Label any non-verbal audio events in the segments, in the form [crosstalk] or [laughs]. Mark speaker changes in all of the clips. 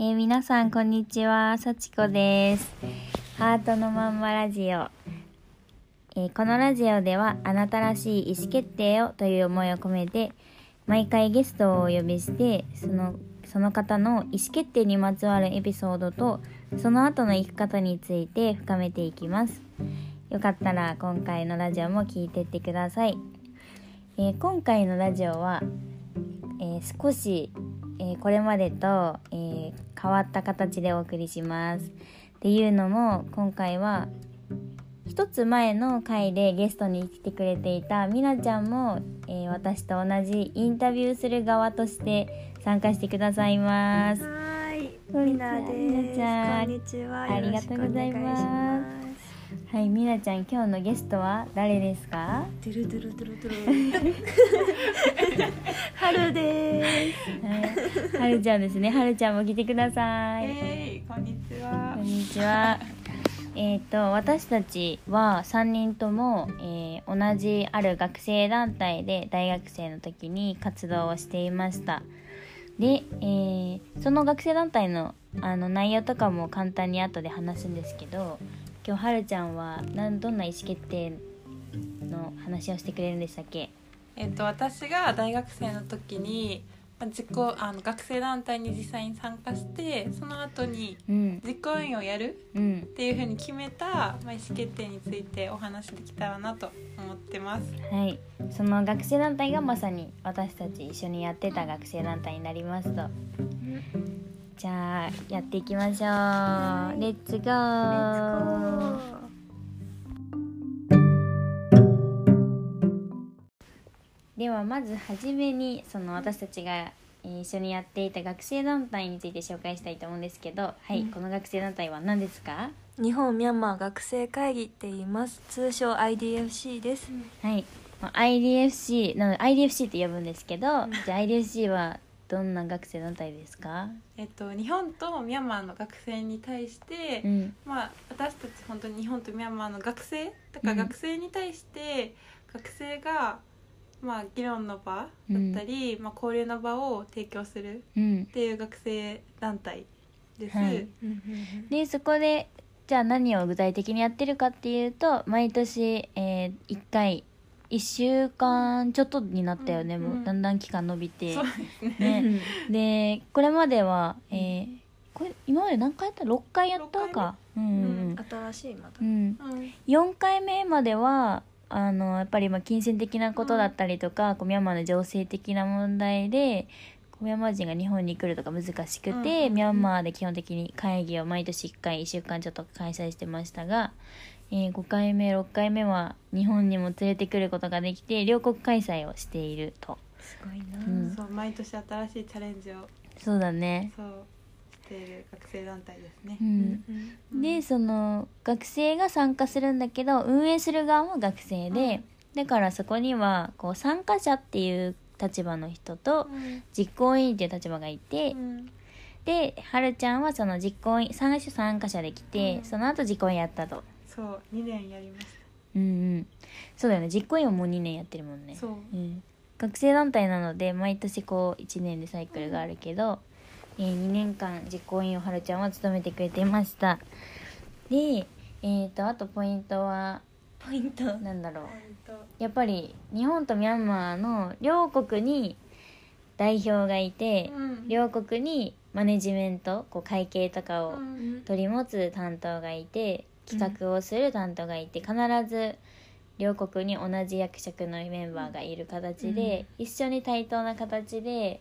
Speaker 1: えー皆さんこんにちは、さちこです。ハートのまんまラジオ。えーこのラジオではあなたらしい意思決定をという思いを込めて毎回ゲストをお呼びしてそのその方の意思決定にまつわるエピソードとその後の生き方について深めていきますよかったら今回のラジオも聞いてってください、えー今回のラジオは、えー少し、えーこれまでと、えー変わった形でお送りしますっていうのも今回は一つ前の回でゲストに来てくれていたみなちゃんも、えー私と同じインタビューする側として参加してくださいます。
Speaker 2: はい、
Speaker 1: こんに
Speaker 2: み
Speaker 1: ちはみなちゃん
Speaker 2: なです。こんにちは。
Speaker 1: ありがとうございます
Speaker 2: よろしくお願いし
Speaker 1: はい、みなちゃん、今日のゲストは誰ですか？
Speaker 2: ます。ドゥルドゥルドゥルドゥル。 [laughs] 春です。
Speaker 1: はい、はるちゃんですね。はるちゃんも来てください。
Speaker 3: えー、こんにちは
Speaker 1: こん。にちは。えっと私たちは3人とも、えー同じある学生団体で大学生の時に活動をしていました。で、えーその学生団体のあの内容とかも簡単に後で話すんですけど今日はるちゃんはなんどんな意思決定の話をしてくれるんでしたっけ
Speaker 3: えっ、と私が大学生の時にまあ自己あの学生団体に実際に参加して、その後に
Speaker 1: うん
Speaker 3: 実行委員をやる
Speaker 1: うん
Speaker 3: っていう風に決めたまあ意思決定についてお話できたらなと思ってます。
Speaker 1: はい、その学生団体がまさに私たち一緒にやってた学生団体になりますとじゃあやっていきましょう、
Speaker 2: い
Speaker 1: レッツゴー
Speaker 2: レッツゴー。
Speaker 1: ではまずはじめにその私たちがえー一緒にやっていた学生団体について紹介したいと思うんですけどはい、この学生団体は何ですか
Speaker 2: 日本ミャンマー学生会議って言います。通称 IDFC です。
Speaker 1: はいまあ IDFC なので IDFC って呼ぶんですけど、じゃあ IDFC はどんな学生団体ですか、
Speaker 3: えっ、と日本とミャンマーの学生に対して、
Speaker 1: うん
Speaker 3: まあ私たち本当に日本とミャンマーの学生だか
Speaker 1: うん
Speaker 3: ら学生に対して学生がまあ議論の場だったり、まあ交流の場を提供する
Speaker 1: うん
Speaker 3: っ、ていう学生団体です。
Speaker 1: はい
Speaker 2: うん
Speaker 1: でそこでじゃあ何を具体的にやってるかっていうと毎年、え1回1週間ちょっとになったよね、
Speaker 3: うん
Speaker 1: もうだんだん期間延びて
Speaker 3: そうですね。
Speaker 1: ねでこれまでは、えーこれ今まで何回やった6回やったかうんうん
Speaker 2: 新しいまた
Speaker 1: うん、う。ん、
Speaker 3: うん
Speaker 1: 4回目まではあのやっぱりまあ金銭的なことだったりとか、こうミャンマーの情勢的な問題でこうミャンマー人が日本に来るとか難しくて、
Speaker 3: うん
Speaker 1: ミャンマーで基本的に会議を毎年1回1週間ちょっと開催してましたが、え5回目6回目は日本にも連れてくることができて両国開催をしていると
Speaker 2: すごいな。
Speaker 1: うん
Speaker 3: そう毎年新しいチャレンジを
Speaker 1: そうだね、
Speaker 3: そうしている学生団体ですね
Speaker 1: う。、
Speaker 2: うんん
Speaker 3: うん
Speaker 1: でその学生が参加するんだけど運営する側も学生で、だからそこにはこう参加者っていう立場の人と
Speaker 3: うん
Speaker 1: 実行委員っていう立場がいて、
Speaker 3: うん
Speaker 1: ではるちゃんはその実行委員最初参加者で来て、
Speaker 3: うん
Speaker 1: その後実行委員やったと
Speaker 3: そう2年やりまし
Speaker 1: うんうんそうだよね実行委員はもう2年やってるもんね
Speaker 3: た。そう。
Speaker 1: うん、学生団体なので毎年こう1年でサイクルがあるけど、え2年間実行委員をはるちゃんは務めてくれていましたで、えー、とあとポイントは
Speaker 2: ポイント。
Speaker 1: なんだろう
Speaker 3: えっと
Speaker 1: やっぱり日本とミャンマーの両国に代表がいて、
Speaker 3: うん
Speaker 1: 両国にマネジメントこう会計とかを
Speaker 3: うん
Speaker 1: 取り持つ担当がいて
Speaker 2: うん
Speaker 1: 企画をする担当がいて、必ず両国に同じ役職のメンバーがいる形で、一緒に対等な形で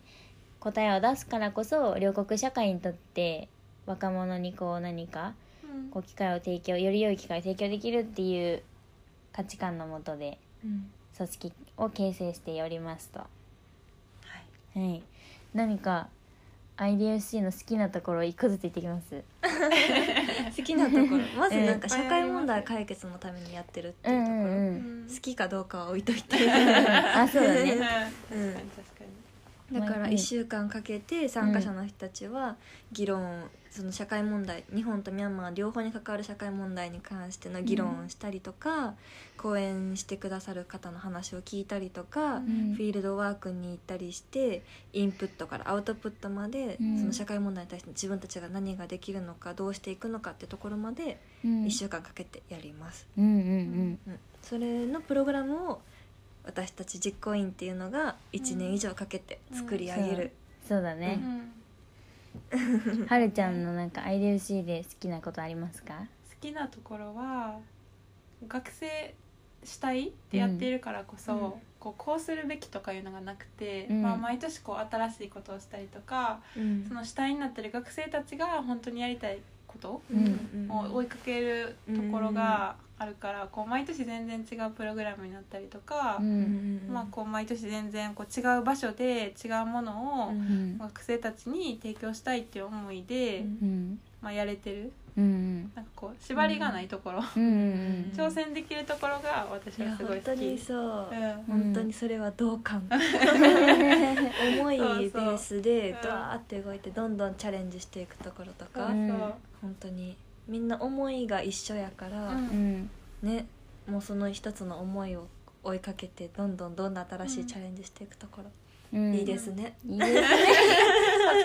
Speaker 1: 答えを出すからこそ両国社会にとって若者にこう何か
Speaker 3: うん
Speaker 1: こう機会を提供より良い機会を提供できるっていう価値観のもとで
Speaker 2: うん
Speaker 1: 組織を形成しておりますと。
Speaker 3: はい
Speaker 1: はい、何か IDFC の好きなところ一個ずつ言ってきます。
Speaker 2: 好きな [laughs] ところまずなん
Speaker 3: え
Speaker 2: か
Speaker 3: ー
Speaker 2: 社会問題解決のためにやってるって
Speaker 1: う
Speaker 2: い
Speaker 1: ん
Speaker 2: うところ、
Speaker 1: うんうん
Speaker 3: うん
Speaker 1: [laughs]
Speaker 2: 好きかどうかは置いといて
Speaker 1: あそうだね
Speaker 3: 確かに確かに
Speaker 2: だから
Speaker 1: うん
Speaker 2: 1週間かけて参加者の人たちは議論その社会問題日本とミャンマー両方に関わる社会問題に関しての議論をしたりとか、講演してくださる方の話を聞いたりとか、
Speaker 1: ん
Speaker 2: フィールドワークに行ったりしてインプットからアウトプットまで、
Speaker 1: うん
Speaker 2: その社会問題に対して自分たちが何ができるのかどうしていくのかってところまで
Speaker 1: うん
Speaker 2: 1週間かけてやります、
Speaker 1: うんうん
Speaker 2: うんそれのプログラムを私たち実行委員っていうのが1年以上かけて作り上げる、
Speaker 1: そうだ
Speaker 3: う
Speaker 1: ね、
Speaker 3: ん
Speaker 1: はるちゃんのなんか IDFC で好きなことありますか
Speaker 3: 好きなところは学生主体でやっているからこそ、
Speaker 2: うん
Speaker 3: こうこうするべきとかいうのがなくて、
Speaker 1: うん
Speaker 3: まあ、毎年こう新しいことをしたりとかその主体になってる学生たちが本当にやりたいこと
Speaker 1: うん
Speaker 3: を追いかけるところがあるから、こう毎年全然違うプログラムになったりとか、
Speaker 1: うん
Speaker 3: まあ、こう毎年全然こう違う場所で違うものを
Speaker 1: うんうん
Speaker 3: 学生たちに提供したいっていう思いで、
Speaker 2: うん
Speaker 1: うん
Speaker 3: まあ、やれてる
Speaker 1: うん
Speaker 3: なんかこう縛りがないところ、
Speaker 1: うんうん
Speaker 3: [laughs] 挑戦できるところが私
Speaker 2: いや
Speaker 3: はすご
Speaker 2: 本
Speaker 3: い好
Speaker 2: 当
Speaker 3: き。
Speaker 2: にそう、
Speaker 3: うん
Speaker 2: 本当にそれは同
Speaker 3: [laughs]
Speaker 2: 感重いベースで
Speaker 3: そうそう
Speaker 2: ドワーって動いてどんどんチャレンジしていくところと
Speaker 3: そ
Speaker 2: か、
Speaker 3: うそう
Speaker 2: 本当にみんな思いが一緒やから、
Speaker 3: うん
Speaker 1: [laughs] うん
Speaker 2: ねもうその一つの思いを追いかけてどんどんどんどん新しいチャレンジしていくところ、
Speaker 1: うん
Speaker 2: いいですね、
Speaker 1: いいですね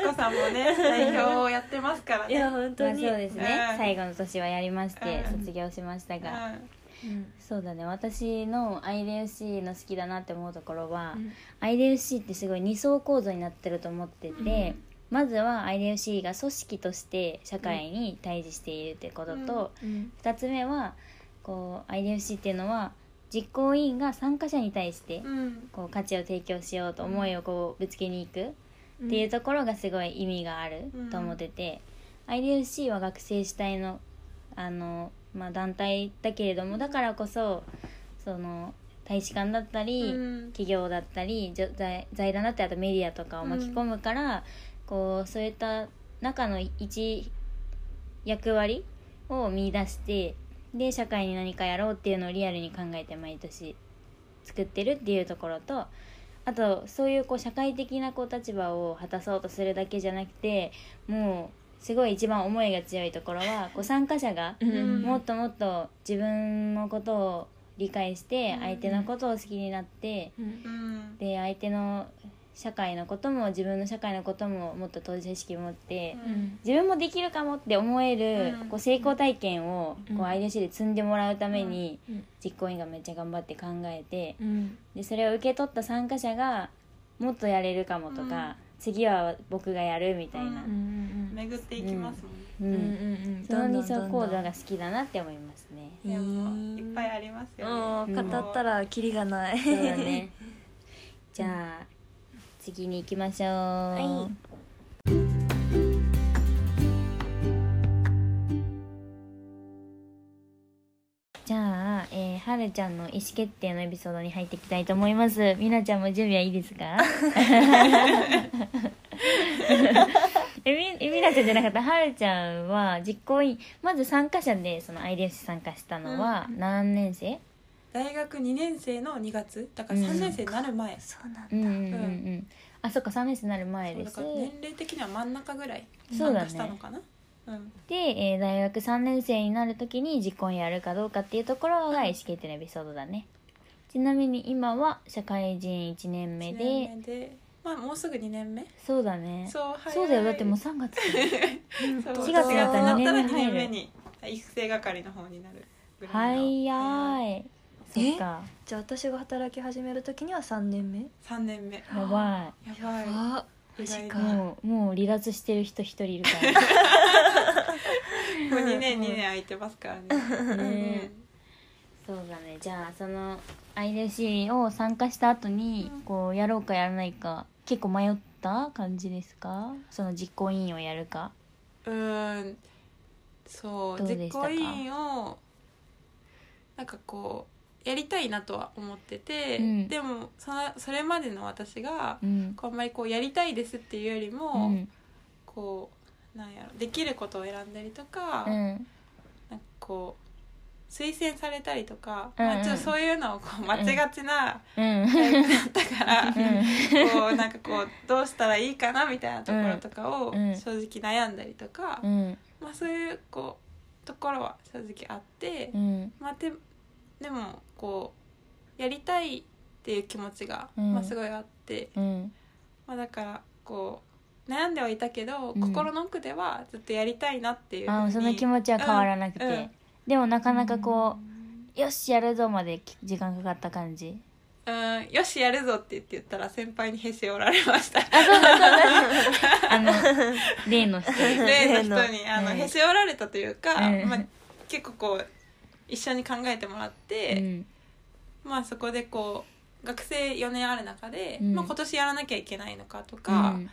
Speaker 3: 幸子さんもね代表をやってますから
Speaker 2: い
Speaker 3: ね。
Speaker 2: や本当に、
Speaker 1: まあそうですね、
Speaker 3: うん
Speaker 1: 最後の年はやりまして
Speaker 3: うん
Speaker 1: 卒業しました
Speaker 3: う
Speaker 1: が、
Speaker 3: ん
Speaker 2: うん
Speaker 1: そうだね私の IDFC の好きだなって思うところは、
Speaker 2: うん
Speaker 1: IDFC ってすごい二層構造になってると思ってて、
Speaker 3: うん
Speaker 1: まずは IDFC が組織として社会に対峙しているってことと、
Speaker 2: うん
Speaker 1: 二つ目はこう IDFC っていうのは実行委員が参加者に対して
Speaker 3: うん
Speaker 1: こう価値を提供しようと思いをこうぶつけに行く
Speaker 2: うん
Speaker 1: っていうところがすごい意味があると思ってて、IDFC は学生主体のあの、まあ、団体だけれどもだからこそその大使館だったり、
Speaker 3: うん
Speaker 1: 企業だったりじょ財財団だったりあとメディアとかを巻き込むから、こうそういった中の一役割を見出してで社会に何かやろうっていうのをリアルに考えて毎年作ってるっていうところとあとそういうこう社会的なこう立場を果たそうとするだけじゃなくてもうすごい一番思いが強いところはこう参加者が
Speaker 2: うん
Speaker 1: もっともっと自分のことを理解して
Speaker 3: うん
Speaker 1: 相手のことを好きになって
Speaker 2: うん
Speaker 3: うん
Speaker 1: で相手の社会のことも自分の社会のことももっと当事者意識を持って
Speaker 2: うん
Speaker 1: 自分もできるかもって思える
Speaker 3: うん
Speaker 1: こう成功体験を
Speaker 2: うん
Speaker 1: こう IDC で積んでもらうために
Speaker 2: うん
Speaker 1: 実行委員がめっちゃ頑張って考えて
Speaker 2: うん
Speaker 1: でそれを受け取った参加者がもっとやれるかもと
Speaker 3: うん
Speaker 1: か次は僕がやるみたいな
Speaker 2: う
Speaker 3: う
Speaker 2: んうん
Speaker 3: 巡っていきますもんね。
Speaker 1: う
Speaker 2: うんうん
Speaker 1: ん
Speaker 2: うん
Speaker 1: その二
Speaker 2: ど
Speaker 1: 層
Speaker 2: んど
Speaker 1: 構
Speaker 2: んど
Speaker 1: 造
Speaker 2: んどん
Speaker 1: が好きだなって思いますね。
Speaker 2: うん
Speaker 3: でもいっぱいありますよね。
Speaker 1: う
Speaker 2: うんん語ったらキリがない
Speaker 1: そうだね。 [laughs] じゃあ次に行きましょう。
Speaker 2: は
Speaker 1: じゃあ、えーはるちゃんの意思決定のエピソードに入っていきたいと思います。みなちゃんも準備はいいです [laughs] か？えみ、みなちゃんじゃなかった。はるちゃんは実行委員、まず参加者でその IDF 参加したのは何年生？
Speaker 3: 大学2年生の2月だから3年生になる前、
Speaker 2: そうなんだ、
Speaker 1: うんうんうんうん。あ、そっか3年生になる前
Speaker 3: そう
Speaker 1: で
Speaker 3: だ
Speaker 1: す
Speaker 3: か。ら年齢的には真ん中ぐらい
Speaker 1: そう
Speaker 3: 参
Speaker 1: だ
Speaker 3: 加
Speaker 1: ね
Speaker 3: したのかなう,、
Speaker 1: で、えー大学3年生になる時に実婚やるかどうかっていうところが意思決定のエピソードだね、ちなみに今は社会人1年
Speaker 3: ん
Speaker 1: 目
Speaker 3: 1
Speaker 1: で
Speaker 3: 年目でまあもうすぐ2年目
Speaker 1: そうだね
Speaker 3: そう早い
Speaker 1: そうだよだってもう3月
Speaker 3: [laughs] そう
Speaker 1: 4
Speaker 3: 四
Speaker 1: 月
Speaker 3: 月
Speaker 1: にな
Speaker 3: にな
Speaker 1: っ
Speaker 3: ったた
Speaker 1: ら2
Speaker 3: ら2
Speaker 1: 年
Speaker 3: 年
Speaker 1: 目
Speaker 3: 目
Speaker 1: 入る
Speaker 3: に育成係の方になるぐらいの
Speaker 1: 早いそっか
Speaker 2: じゃあ私が働き始める時には3年目
Speaker 3: 3年目や
Speaker 1: やば
Speaker 3: ばい
Speaker 2: あ
Speaker 3: 意外
Speaker 2: マジ
Speaker 1: い
Speaker 2: か
Speaker 1: もうもう離脱してる人一人いるか
Speaker 3: もう2年2年空いてますから
Speaker 1: ら
Speaker 3: ね
Speaker 1: ねそうだねじゃあその IDC を参加した後にこうやろうかやらないか結構迷った感じですかその実行委員をやるか
Speaker 3: うんうんそう
Speaker 1: どうで
Speaker 3: 実
Speaker 1: したか
Speaker 3: 行委員をなんかこうやりたいなとは思ってて、
Speaker 1: うん
Speaker 3: でもそのそれまでの私が
Speaker 1: うん
Speaker 3: こうあんまりこうやりたいですっていうより
Speaker 1: う
Speaker 3: も、
Speaker 1: ん
Speaker 3: こうなんやろできることを選んだりとか、
Speaker 1: う
Speaker 3: なんか
Speaker 1: ん
Speaker 3: こう推薦されたりとか、
Speaker 1: うんうん
Speaker 3: まあ、ちょっとそういうのをこう待ちがちな
Speaker 1: うん
Speaker 3: タイプだったから、
Speaker 1: ん
Speaker 3: こうなんかこうどうしたらいいかなみたいなところとかを
Speaker 1: うん
Speaker 3: 正直悩んだりとか、
Speaker 1: うん
Speaker 3: まあ、そういうこうところは正直あって、
Speaker 1: うん
Speaker 3: まあ、ででもこうやりたいっていう気持ちが、
Speaker 1: うん
Speaker 3: まあ、すごいあって、
Speaker 1: うん
Speaker 3: まあ、だからこう悩んではいたけど、
Speaker 1: うん
Speaker 3: 心の奥ではずっとやりたいなっていうふう
Speaker 1: あ
Speaker 3: に
Speaker 1: その気持ちは変わらなくて、
Speaker 3: うんうん
Speaker 1: でもなかなかこう「よしやるぞ」まで時間かかった感
Speaker 3: [laughs]
Speaker 1: じ
Speaker 3: うん、よしやるぞって言って言ったら先輩にへし折られました
Speaker 1: [laughs] あの例の人
Speaker 3: 例の人にあの、
Speaker 1: うん
Speaker 3: へし折られたというか、
Speaker 1: うん
Speaker 3: まあ、結構こう一緒に考えてもらっ
Speaker 1: う
Speaker 3: て、
Speaker 1: ん
Speaker 3: まあそこでこう学生4年ある中で、
Speaker 1: うん
Speaker 3: まあ、今年やらなきゃいけないのかとか、
Speaker 1: うん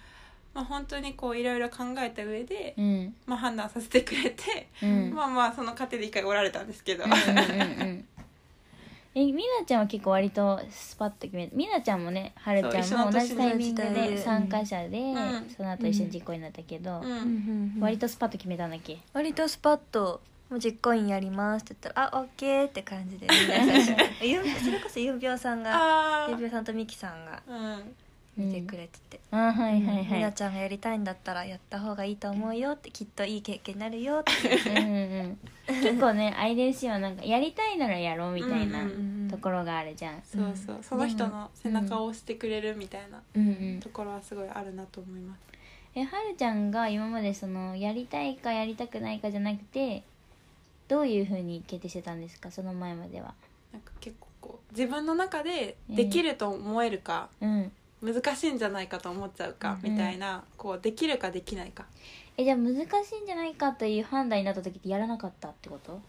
Speaker 3: まあ、本当にこういろいろ考えた上で、
Speaker 1: うん
Speaker 3: まあ、判断させてくれて、
Speaker 1: うん
Speaker 3: まあまあその過程で一回折られたんですけど、
Speaker 1: うんうんうんえみなちゃんは結構割とスパッと決めてみなちゃんもねはるちゃんも同じタイミング
Speaker 2: そう一緒の年代
Speaker 1: で
Speaker 2: で
Speaker 1: 参加者で、
Speaker 3: ん
Speaker 1: その後一緒に実行になったけど、
Speaker 3: うん
Speaker 2: うんうんうん
Speaker 1: 割とスパッと決めたんだっけ、
Speaker 2: 割とスパッと「もう実行委員やります」って言ったら「あオッケー」って感じでみんな最初ゆうそれこそゆうびょうさんが
Speaker 3: あ
Speaker 2: ゆう
Speaker 3: ー
Speaker 2: びょうさんとみきさんが
Speaker 3: うん
Speaker 2: 見てくれてて、
Speaker 1: あはいはいは
Speaker 2: み
Speaker 1: い、
Speaker 2: なちゃんがやりたいんだったらやった方がいいと思うよってきっといい経験になるよって
Speaker 1: うんうんうん、結構ねあれですよなんかやりたいならやろうみたいな
Speaker 3: うんうん
Speaker 1: ところがあるじゃん。
Speaker 3: そうそうその人の背中を押してくれるみたいな
Speaker 1: うんうん
Speaker 3: と、ころはすごいあるなと思います。
Speaker 1: えはるちゃんが今までそのやりたいかやりたくないかじゃなくてどういうふうに決定してたんですかその前までは。
Speaker 3: なんか結構こう自分の中でできると思えるか、
Speaker 1: うん、
Speaker 3: 難しいんじゃないかと思っちゃうか
Speaker 1: うん
Speaker 3: みたいな、こうできるかできないか
Speaker 1: えじゃあ難しいんじゃないかという判断になった時ってやらなかったってこと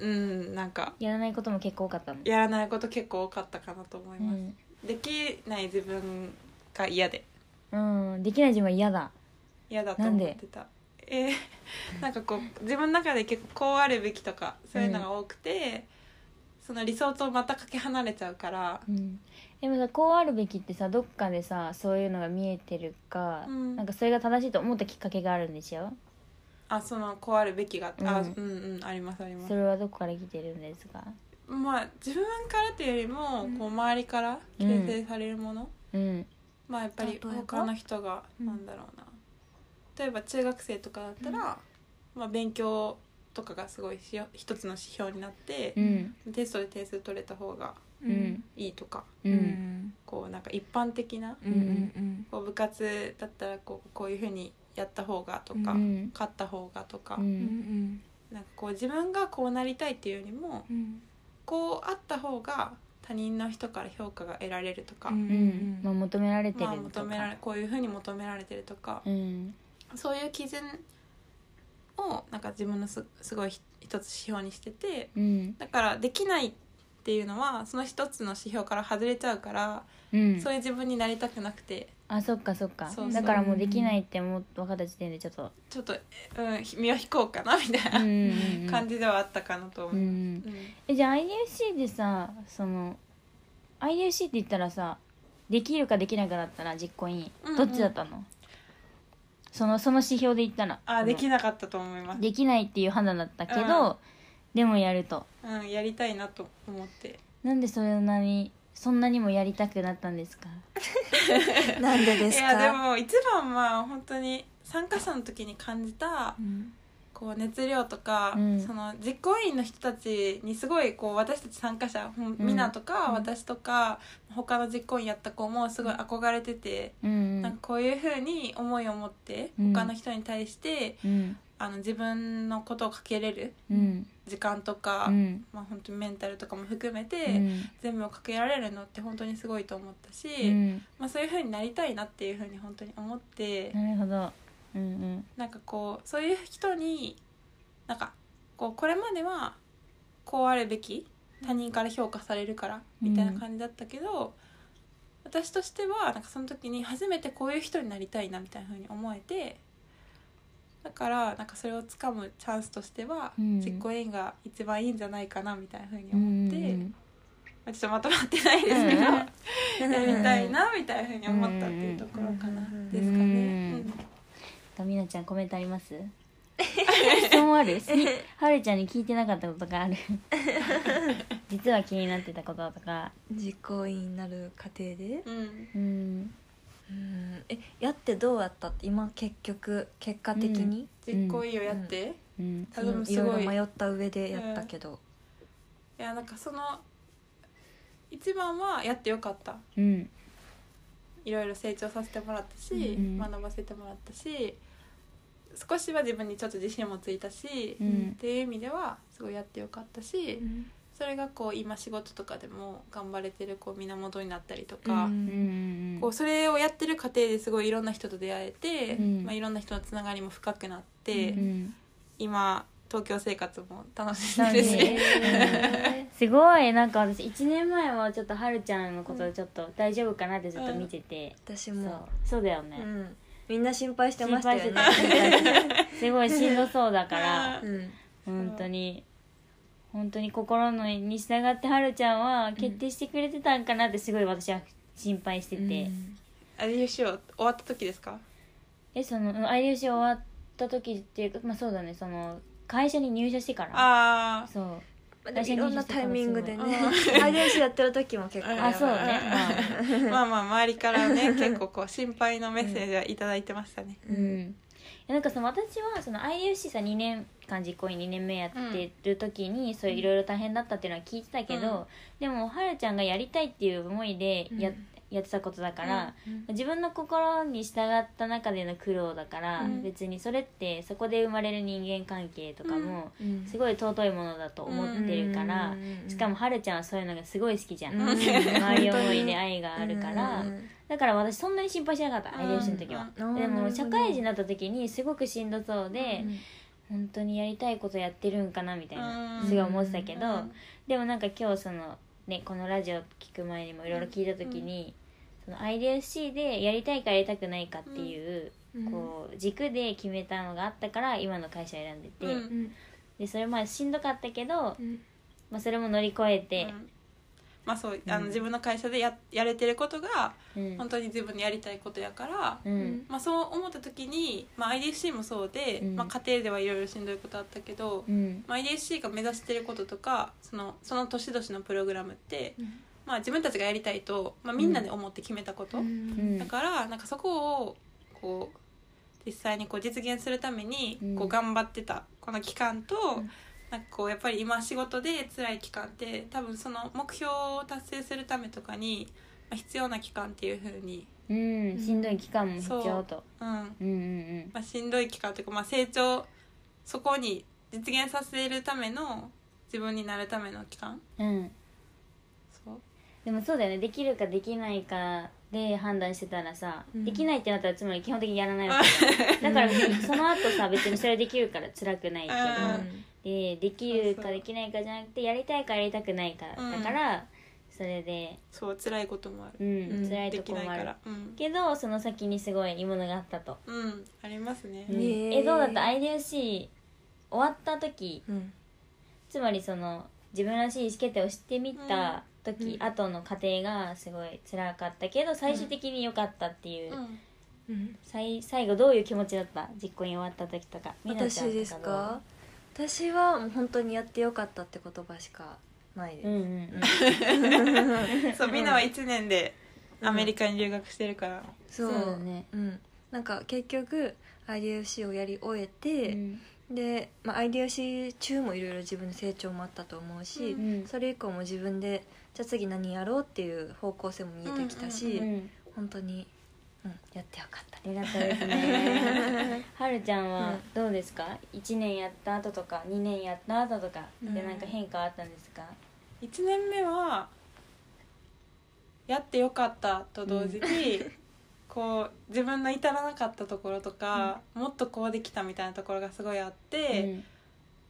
Speaker 3: うんなんか
Speaker 1: やらないことも結構多かったの
Speaker 3: やらないこと結構多かったかなと思いうます。
Speaker 1: ん、
Speaker 3: できない自分が嫌で
Speaker 1: うん、できない自分は嫌だ。
Speaker 3: 嫌だと思ってたえー [laughs] なんかこう自分の中で結構こうあるべきとかそういうのが多くて、その理想とまたかけ離れちゃうから
Speaker 1: うん、でもさこうあるべきってさどっかでさそういうのが見えてるか、
Speaker 3: うん
Speaker 1: なんかそれが正しいと思ったきっかけがあるんでしょ
Speaker 3: あそのこうあるべきが、あ
Speaker 1: う
Speaker 3: うんんうんありますありま
Speaker 1: そ
Speaker 3: す
Speaker 1: れはどこから来てるんですか
Speaker 3: まあ自分からというよりも、こう周りから
Speaker 1: うん
Speaker 3: 形成されるもの、
Speaker 1: うん
Speaker 3: まあやっぱ
Speaker 2: 例
Speaker 3: り
Speaker 2: えば
Speaker 3: 他の人が
Speaker 2: うん
Speaker 3: なんだろうな、例えば中学生とかだったら、まあ、勉強とかがすごいしよ一つの指標になって
Speaker 1: う、ん
Speaker 3: テストで点数取れた方が
Speaker 1: うん
Speaker 3: いいとか
Speaker 1: うんうん
Speaker 3: こうなんか一般的な
Speaker 2: うんうん
Speaker 3: こう部活だったらこうこういうふうにやった方がとか、
Speaker 1: うんうん
Speaker 3: 勝った方がとか、
Speaker 1: う
Speaker 2: うんん
Speaker 3: なんかこう自分がこうなりたいっていうよりも
Speaker 2: うん
Speaker 3: こうあった方が他人の人から評価が得られるとか、
Speaker 2: うん
Speaker 1: うんまあ求められて
Speaker 3: まあ、
Speaker 1: ると
Speaker 3: 求
Speaker 1: か
Speaker 3: められこういうふうに求められてるとか、
Speaker 1: うん
Speaker 3: そういう基準をなんか自分のすすごいひ一つ指標にしてて
Speaker 1: うん
Speaker 3: だからできないっていうのはその一つの指標から外れちゃうか
Speaker 1: う
Speaker 3: ら、
Speaker 1: ん
Speaker 3: そういう自分になりたくなくて
Speaker 1: あそっかそっか
Speaker 3: そうそう
Speaker 1: だからもうできないってもう分かった時点でちょっと
Speaker 3: ちょっと、うん、身を引こうかなみたいな。感
Speaker 1: じ
Speaker 3: じではあったかなと思
Speaker 1: う
Speaker 3: います。
Speaker 1: ん
Speaker 3: うん
Speaker 1: えじゃあ IDFC でさその IDFC って言ったらさできるかできなくなったら実行委員、
Speaker 3: うんうん
Speaker 1: どっちだったのそのその指標で言ったら
Speaker 3: あで
Speaker 1: な
Speaker 3: きなかったと思います。
Speaker 1: できないっていう判断だったけど、
Speaker 3: うん
Speaker 1: でもやると
Speaker 3: うんやりたいなと思って。
Speaker 1: なんでそれなにそんなにもやりたくなったんですか
Speaker 2: うんなんでで
Speaker 3: い
Speaker 2: す
Speaker 3: やで
Speaker 2: か
Speaker 3: も一番は本当に参加者の時に感じた
Speaker 2: [laughs] うん
Speaker 3: こう熱量とか、
Speaker 1: うん
Speaker 3: その実行委員の人たちにすごいこう私たち参加者ほん
Speaker 1: うん
Speaker 3: みんなとか
Speaker 2: うん
Speaker 3: 私とか他の実行委員やった子もすごい憧れてて、
Speaker 1: うんう
Speaker 3: なんか
Speaker 1: ん
Speaker 3: こういう風に思いを持って
Speaker 1: うん
Speaker 3: 他の人に対して、
Speaker 1: うん
Speaker 3: あの自分のことをかけれる
Speaker 1: うん
Speaker 3: 時間とか、
Speaker 1: うん
Speaker 3: まあ本当にメンタルとかも含めて。
Speaker 1: うん
Speaker 3: 全部をかけられるのって本当にすごいと思ったし、
Speaker 1: うん
Speaker 3: まあ、そういう風になりたいなっていう風に本当に思って、
Speaker 1: なるほどうん
Speaker 3: なんかこうそういう人になんかこうこれまではこうあるべき他人から評価されるからみたいな感じだったけど、私としてはなんかその時に初めてこういう人になりたいなみたいな風に思えて。だからなんかそれをつかむチャンスとしては、
Speaker 1: うん
Speaker 3: 実行委員が一番いいんじゃないかなみたいな風に
Speaker 1: うん
Speaker 3: 思って、
Speaker 1: うん
Speaker 3: まあちょっとまとまってないですけど、
Speaker 1: うん
Speaker 3: やりたいなみたいなふうに思ったっていうところかな
Speaker 2: うん
Speaker 3: ですかね。
Speaker 1: うんみなちゃんコメントあります [laughs] 質問ある [laughs] はるちゃんに聞いてなかったことがある [laughs] 実は気になってたこととか
Speaker 2: 実行委員になる過程で
Speaker 3: うん
Speaker 1: うん
Speaker 2: うんえやってどうやったって今結局結果的に、
Speaker 3: 実行委員をやって、
Speaker 1: う
Speaker 3: い
Speaker 1: ん
Speaker 3: 多分
Speaker 2: いろ
Speaker 3: す
Speaker 2: い
Speaker 3: ご
Speaker 2: ろ
Speaker 3: い
Speaker 2: 迷った上でやったけど、
Speaker 3: やなんかその一番はやってよかった
Speaker 1: うん
Speaker 3: いろいろ成長させてもらったし、
Speaker 1: うん
Speaker 3: 学ばせてもらったし少しは自分にちょっと自信もついたし、
Speaker 1: う
Speaker 3: っ
Speaker 1: ん
Speaker 3: ていう意味ではすごいやってよかったし、
Speaker 2: うん
Speaker 3: それがこう今仕事とかでも頑張れてるこう源になったりとか、
Speaker 2: う
Speaker 1: うんん
Speaker 3: こうそれをやってる過程ですごいいろんな人と出会えて、
Speaker 1: うん
Speaker 3: まあ、いろんな人のつながりも深くなって、
Speaker 1: うん
Speaker 3: 今東京生活も楽しん
Speaker 1: 楽
Speaker 3: で
Speaker 1: し
Speaker 3: る
Speaker 1: い
Speaker 3: し、
Speaker 2: え
Speaker 1: すごいなんか私1年前はちょっとはるちゃんのことをちょっと大丈夫かなってずっと見てて、
Speaker 2: ー私
Speaker 1: そう
Speaker 2: も
Speaker 1: そうだよ
Speaker 2: う、
Speaker 1: ね、
Speaker 2: ん、みんな心配して
Speaker 1: 心
Speaker 2: ました
Speaker 1: 配
Speaker 2: よ
Speaker 1: して
Speaker 2: ね
Speaker 1: た心配してたすごいしんどそうだから
Speaker 2: [laughs] うん
Speaker 1: 本当に本当に心のに従ってはるちゃんは決定してくれてたんかなってすごい私は心配してて、
Speaker 2: うん
Speaker 3: [laughs] あれ優勝終わった時ですか
Speaker 1: えそのうん IUC 終わった時っていうかまあそうだねその会社に入社してから
Speaker 3: あー
Speaker 1: そう
Speaker 2: まあでもいろんなタイミングでね IDS やってる時も結構
Speaker 1: あそうねまあ
Speaker 3: まあまあ周りからね結構こう心配のメッセージはいただいてましたね。
Speaker 1: うん、いやなんかその私はその IUC さ2年間実行委員2年目やってる時に、そういろいろ大変だったっていうのは聞いてたけど、
Speaker 3: うん
Speaker 1: でもはるちゃんがやりたいっていう思いでや,、
Speaker 2: うん
Speaker 1: やってたことだから、
Speaker 2: うん
Speaker 1: 自分の心に従った中での苦労だから、
Speaker 3: うん
Speaker 1: 別にそれってそこで生まれる人間関係とかも
Speaker 2: うん
Speaker 1: すごい尊いものだと思ってるから、しかもはるちゃんはそういうのがすごい好きじゃん、
Speaker 2: うん
Speaker 1: 周り思いで愛があるから、
Speaker 2: うん
Speaker 1: だから私そんなに心配しなかった、アイデアシの時は。
Speaker 2: うん
Speaker 1: で
Speaker 2: なるほ
Speaker 1: も
Speaker 2: ど
Speaker 1: 社会人になった時にすごくしんどそうで、本当にやりたいことやってるんかなみたいな、
Speaker 3: うん
Speaker 1: すごい思ってたけど、
Speaker 3: うん
Speaker 1: でもなんか今日その、ね、このラジオ聞く前にもいろいろ聞いた時に、その IDFC でやりたいかやりたくないかっていう,、
Speaker 2: うん
Speaker 1: こう軸で決めたのがあったから今の会社を選んでて、
Speaker 3: うん
Speaker 2: うん
Speaker 1: でそれまあしんどかったけど、
Speaker 2: うん
Speaker 1: まあ、それも乗り越え
Speaker 3: う
Speaker 1: て、
Speaker 3: んまあそうあの自分の会社でややれてることが
Speaker 1: うん
Speaker 3: 本当に自分のやりたいことやから、
Speaker 1: うん
Speaker 2: うん
Speaker 3: まあ、そう思った時に、まあ、IDFC もそうで、
Speaker 1: うん
Speaker 3: まあ、家庭ではいろいろしんどいことあったけど、
Speaker 1: うん
Speaker 3: まあ、IDFC が目指してることとかそのその年々のプログラムって、
Speaker 2: うん
Speaker 3: まあ、自分たちがやりたいと、まあ、みんなで思って決めたこと、
Speaker 1: うん
Speaker 3: だからなんかそこをこう実際にこう実現するために
Speaker 1: うん
Speaker 3: こう頑張ってたこの期間と、
Speaker 2: うん
Speaker 3: なんかこうやっぱり今仕事で辛い期間って多分その目標を達成するためとかにまあ必要な期間っていうふうに、
Speaker 1: うんしんどい期間も必要
Speaker 3: そ
Speaker 1: と。
Speaker 3: うんま
Speaker 1: うんうん
Speaker 3: あ、しんどい期間というか、まあ、成長そこに実現させるための自分になるための期間
Speaker 1: うんうん
Speaker 3: そう
Speaker 1: でもそうだよねできるかできないかで判断してたらさ、
Speaker 2: うん
Speaker 1: できないってなったらつまり基本的にやらないわけだだから別にその後さ別にそれできるから辛くないけど、
Speaker 3: うん
Speaker 1: でできる
Speaker 3: そうそ
Speaker 1: か
Speaker 3: う
Speaker 1: できないかじゃなくてやりたいかやりたくないか、
Speaker 3: うん
Speaker 1: だからそれで、
Speaker 3: そう辛いこともあ
Speaker 1: う
Speaker 3: る、
Speaker 1: ん
Speaker 2: うん
Speaker 1: 辛い
Speaker 3: で
Speaker 1: と
Speaker 3: き
Speaker 1: こ
Speaker 3: ない
Speaker 1: もあ
Speaker 3: か
Speaker 1: る
Speaker 3: らうん、
Speaker 1: けどその先にすごいいいものがあったと、
Speaker 3: うん、ありますね、
Speaker 1: うん
Speaker 2: ねえ
Speaker 1: えどうだった IDFC 終わった時
Speaker 2: うん
Speaker 1: つまりその自分らしい意思決定をしてみた時、
Speaker 2: うん
Speaker 1: 後の過程がすごい辛かったけど最終的に良かったっていう、
Speaker 3: うん
Speaker 2: うん
Speaker 1: 最最後どういう気持ちだった実行に終わった時とかみなちゃ
Speaker 2: 私
Speaker 1: んと
Speaker 2: ですか私はもう本当にやってよかったって言葉しかないで
Speaker 1: どう
Speaker 2: す、
Speaker 1: うんうん
Speaker 3: [laughs] そうみんなは1年でアメリカに留学してるから、
Speaker 1: そ
Speaker 2: そ
Speaker 1: うだ
Speaker 2: う
Speaker 1: ね
Speaker 2: うんなんか結局 IDFC をやり終え
Speaker 1: う
Speaker 2: て、
Speaker 1: ん
Speaker 2: で、まあ、IDFC 中もいろいろ自分の成長もあったと思うし、
Speaker 3: うん
Speaker 1: うん
Speaker 2: それ以降も自分でじゃあ次何やろうっていう方向性も見えてきたし、
Speaker 1: うん
Speaker 2: 本当に、うん、やってよかった
Speaker 1: ありがとうですねはるちゃんはどうですか1年やった後とか2年やった後とかで
Speaker 3: うん
Speaker 1: なんか変化はあったんですか
Speaker 3: 1年目はやってよかったと同時に、 [laughs] こう自分の至らなかったところとか、もっとこうできたみたいなところがすごいあって、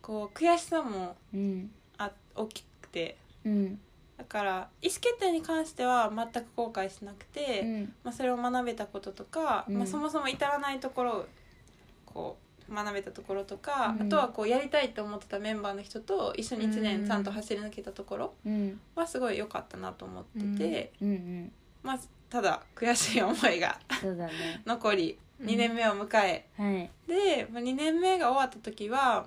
Speaker 3: こう悔しさも
Speaker 1: うん
Speaker 3: あ大きくて
Speaker 1: うん
Speaker 3: だから意思決定に関しては全く後悔しなくて、
Speaker 1: うん
Speaker 3: まあ、それを学べたこととか、
Speaker 1: うん
Speaker 3: まあ、そもそも至らないところをこう学べたところとか、
Speaker 1: うん
Speaker 3: あとはこうやりたいと思ってたメンバーの人と一緒に1年ちゃんと走り抜けたところ
Speaker 1: うん
Speaker 3: はすごい良かったなと思ってて、
Speaker 1: うんうん
Speaker 3: まあ、ただ悔しい思いが [laughs]
Speaker 1: そうだね
Speaker 3: 残り
Speaker 1: うん
Speaker 3: 2年目を迎え、
Speaker 1: はい
Speaker 3: で、まあ、2年目が終わった時は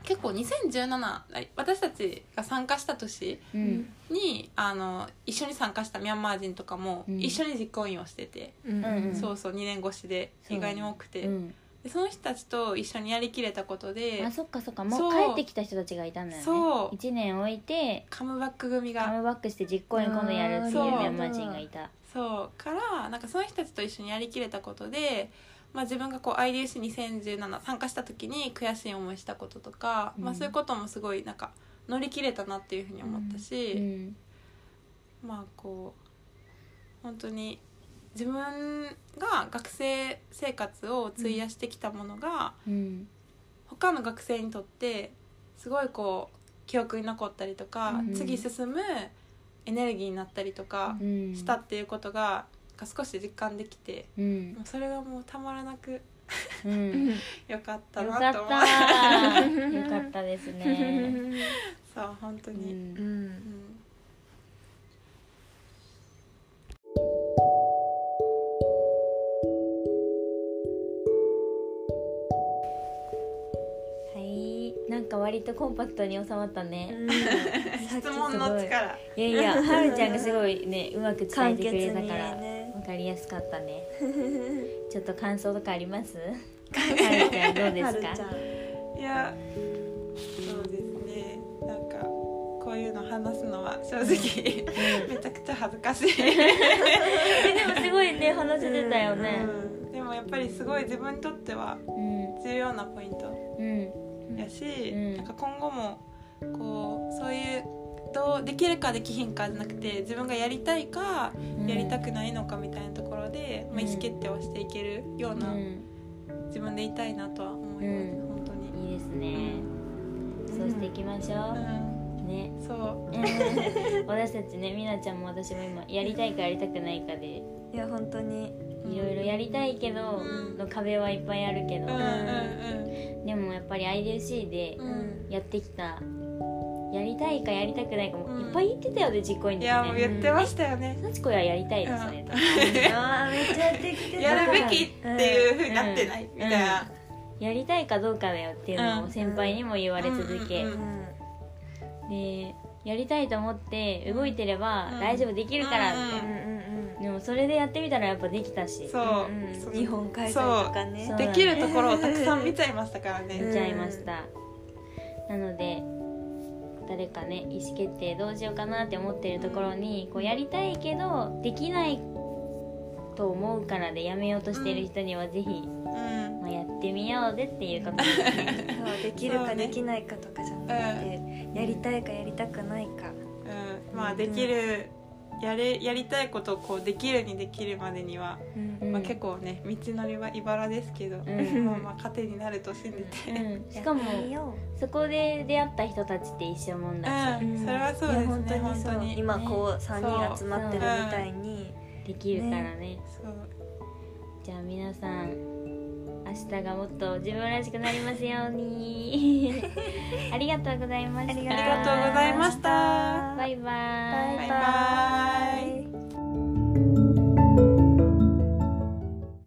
Speaker 3: 結構2017あ私たちが参加した年
Speaker 1: うん
Speaker 3: にあの一緒に参加したミャンマー人とかも
Speaker 1: うん
Speaker 3: 一緒に実行委員をしてて、
Speaker 2: うん
Speaker 1: うん
Speaker 3: そうそう2年越しで
Speaker 1: そう
Speaker 3: 意外に多くて、
Speaker 1: うん
Speaker 3: でその人たちと一緒にやりきれたことで
Speaker 1: あそっかそっかもう
Speaker 3: そう
Speaker 1: 帰ってきた人たちがいたんだよね
Speaker 3: そう
Speaker 1: 1年置いて
Speaker 3: カムバック組
Speaker 1: カ
Speaker 3: が
Speaker 1: ムバックして実行に今度やるっていうミ
Speaker 3: そう
Speaker 1: ャンマー人がいた
Speaker 3: そうからなんかその人たちと一緒にやりきれたことで、まあ、自分がこう IDC2017 参加した時に悔しい思いしたこととか、
Speaker 1: うん
Speaker 3: まあ、そういうこともすごいなんか乗り切れたなっていうふうに思ったし。
Speaker 1: うん
Speaker 3: まあこう本当に自分が学生生活を費やしてきたものが、
Speaker 1: うん
Speaker 3: 他の学生にとってすごいこう記憶に残ったりとか、
Speaker 2: うん
Speaker 3: 次進むエネルギーになったりとか
Speaker 1: うん
Speaker 3: したっていうことが、なんか少し実感できて
Speaker 1: うん
Speaker 3: もうそれがもうたまらなく
Speaker 1: う
Speaker 2: うんん
Speaker 3: よかった
Speaker 1: よ
Speaker 3: な
Speaker 1: かっ
Speaker 3: と思う
Speaker 1: たよかったですね、
Speaker 3: そう本当
Speaker 1: う、
Speaker 2: [laughs]
Speaker 3: に、
Speaker 2: うん
Speaker 3: うんん
Speaker 1: はいなんか割とコンパクトに収まったね、
Speaker 3: 質問の力
Speaker 1: いやいやはるちゃんがすごいねうまく伝えてくれたから、
Speaker 2: 簡潔にね
Speaker 1: わかりやすかったねちょっと感想とかありますはるちゃんどうですか
Speaker 2: はるちゃん
Speaker 3: いやそうですねなんかこういうの話すのは正直めちゃくちゃ恥ずかしい、
Speaker 1: え [laughs] でもすごいね話せてたよね
Speaker 3: うんでもやっぱりすごい自分にとっては
Speaker 1: うん
Speaker 3: 重要なポイント
Speaker 1: うん
Speaker 3: やし、
Speaker 1: うん
Speaker 3: なんか今後もこうそういうどうできるかできひんかじゃなくて自分がやりたいかやりたくないのかみたいなところで、まあ、
Speaker 1: うん
Speaker 3: 意思決定をしていけるよう
Speaker 1: う
Speaker 3: なん自分でいたいなとは思います、
Speaker 1: う
Speaker 3: 本当に。
Speaker 1: いいですねそうしていきましょう
Speaker 3: う [laughs]
Speaker 1: ね
Speaker 3: ん、そう
Speaker 1: うん私たちねみなちゃんも私も今やりたいかやりたくないかで
Speaker 2: いや本当に
Speaker 1: いろいろやりたいけど
Speaker 3: うん
Speaker 1: の壁はいっぱいあるけど
Speaker 3: うんうんうん
Speaker 1: でもやっぱり IDC で
Speaker 3: うん
Speaker 1: やってきたやりたいかやりたくないかも
Speaker 3: うん
Speaker 1: いっぱい言ってたよね実行委員
Speaker 3: い
Speaker 1: です
Speaker 3: やもう
Speaker 1: ね
Speaker 3: 言ってましたよね。
Speaker 1: 幸子はやりたいですねとか
Speaker 2: あーめっちゃやってきてた
Speaker 3: [laughs] やるべきっていうふうになってないみたいな。
Speaker 1: やりたいかどうかだよっていうのを先輩にも言われ続け
Speaker 3: うんうんうん
Speaker 2: う
Speaker 1: でやりたいと思って動いてれば
Speaker 3: うん
Speaker 1: 大丈夫できるからみたい
Speaker 2: んうん
Speaker 1: なでもそれでやってみたらやっぱできたし
Speaker 3: そう
Speaker 2: うん
Speaker 3: そ
Speaker 2: うん
Speaker 3: の
Speaker 2: 日本海外とかね
Speaker 1: そう
Speaker 3: できるところをたくさん見ちゃいましたから
Speaker 1: やっ
Speaker 3: ね。
Speaker 1: ちゃいましたなので誰かね意思決定どうしようかなって思ってるところにこうやりたいけどできないと思うからでやめようとしてる人にはぜひ、
Speaker 3: うんうん
Speaker 1: まあ、やってみようぜっていうことですね
Speaker 2: そうできるかできないかとかじゃなくて、やりたいかやりたくないか
Speaker 3: まあできるやれやりたいことをこうできるにできるまでには、
Speaker 2: うん
Speaker 1: うん
Speaker 3: まあ結構ね道のりは茨ですけど、
Speaker 1: ん
Speaker 3: もうまあ糧になると信じて。うん
Speaker 1: うん、しかも
Speaker 2: やってみよ
Speaker 1: そこで出会った人たちって一生もんだ
Speaker 2: う
Speaker 3: それはそうです
Speaker 2: い
Speaker 3: ね
Speaker 2: や本当に
Speaker 3: 本
Speaker 2: そう
Speaker 3: 当に
Speaker 2: 今こう三人集まってるみたいに
Speaker 1: しできるからね
Speaker 3: そう
Speaker 1: じゃあ皆さん明日がもっと自分らしくなりますよう [laughs] にありがとうございました
Speaker 3: ありがとうございました
Speaker 1: バイバイ
Speaker 3: バイバイ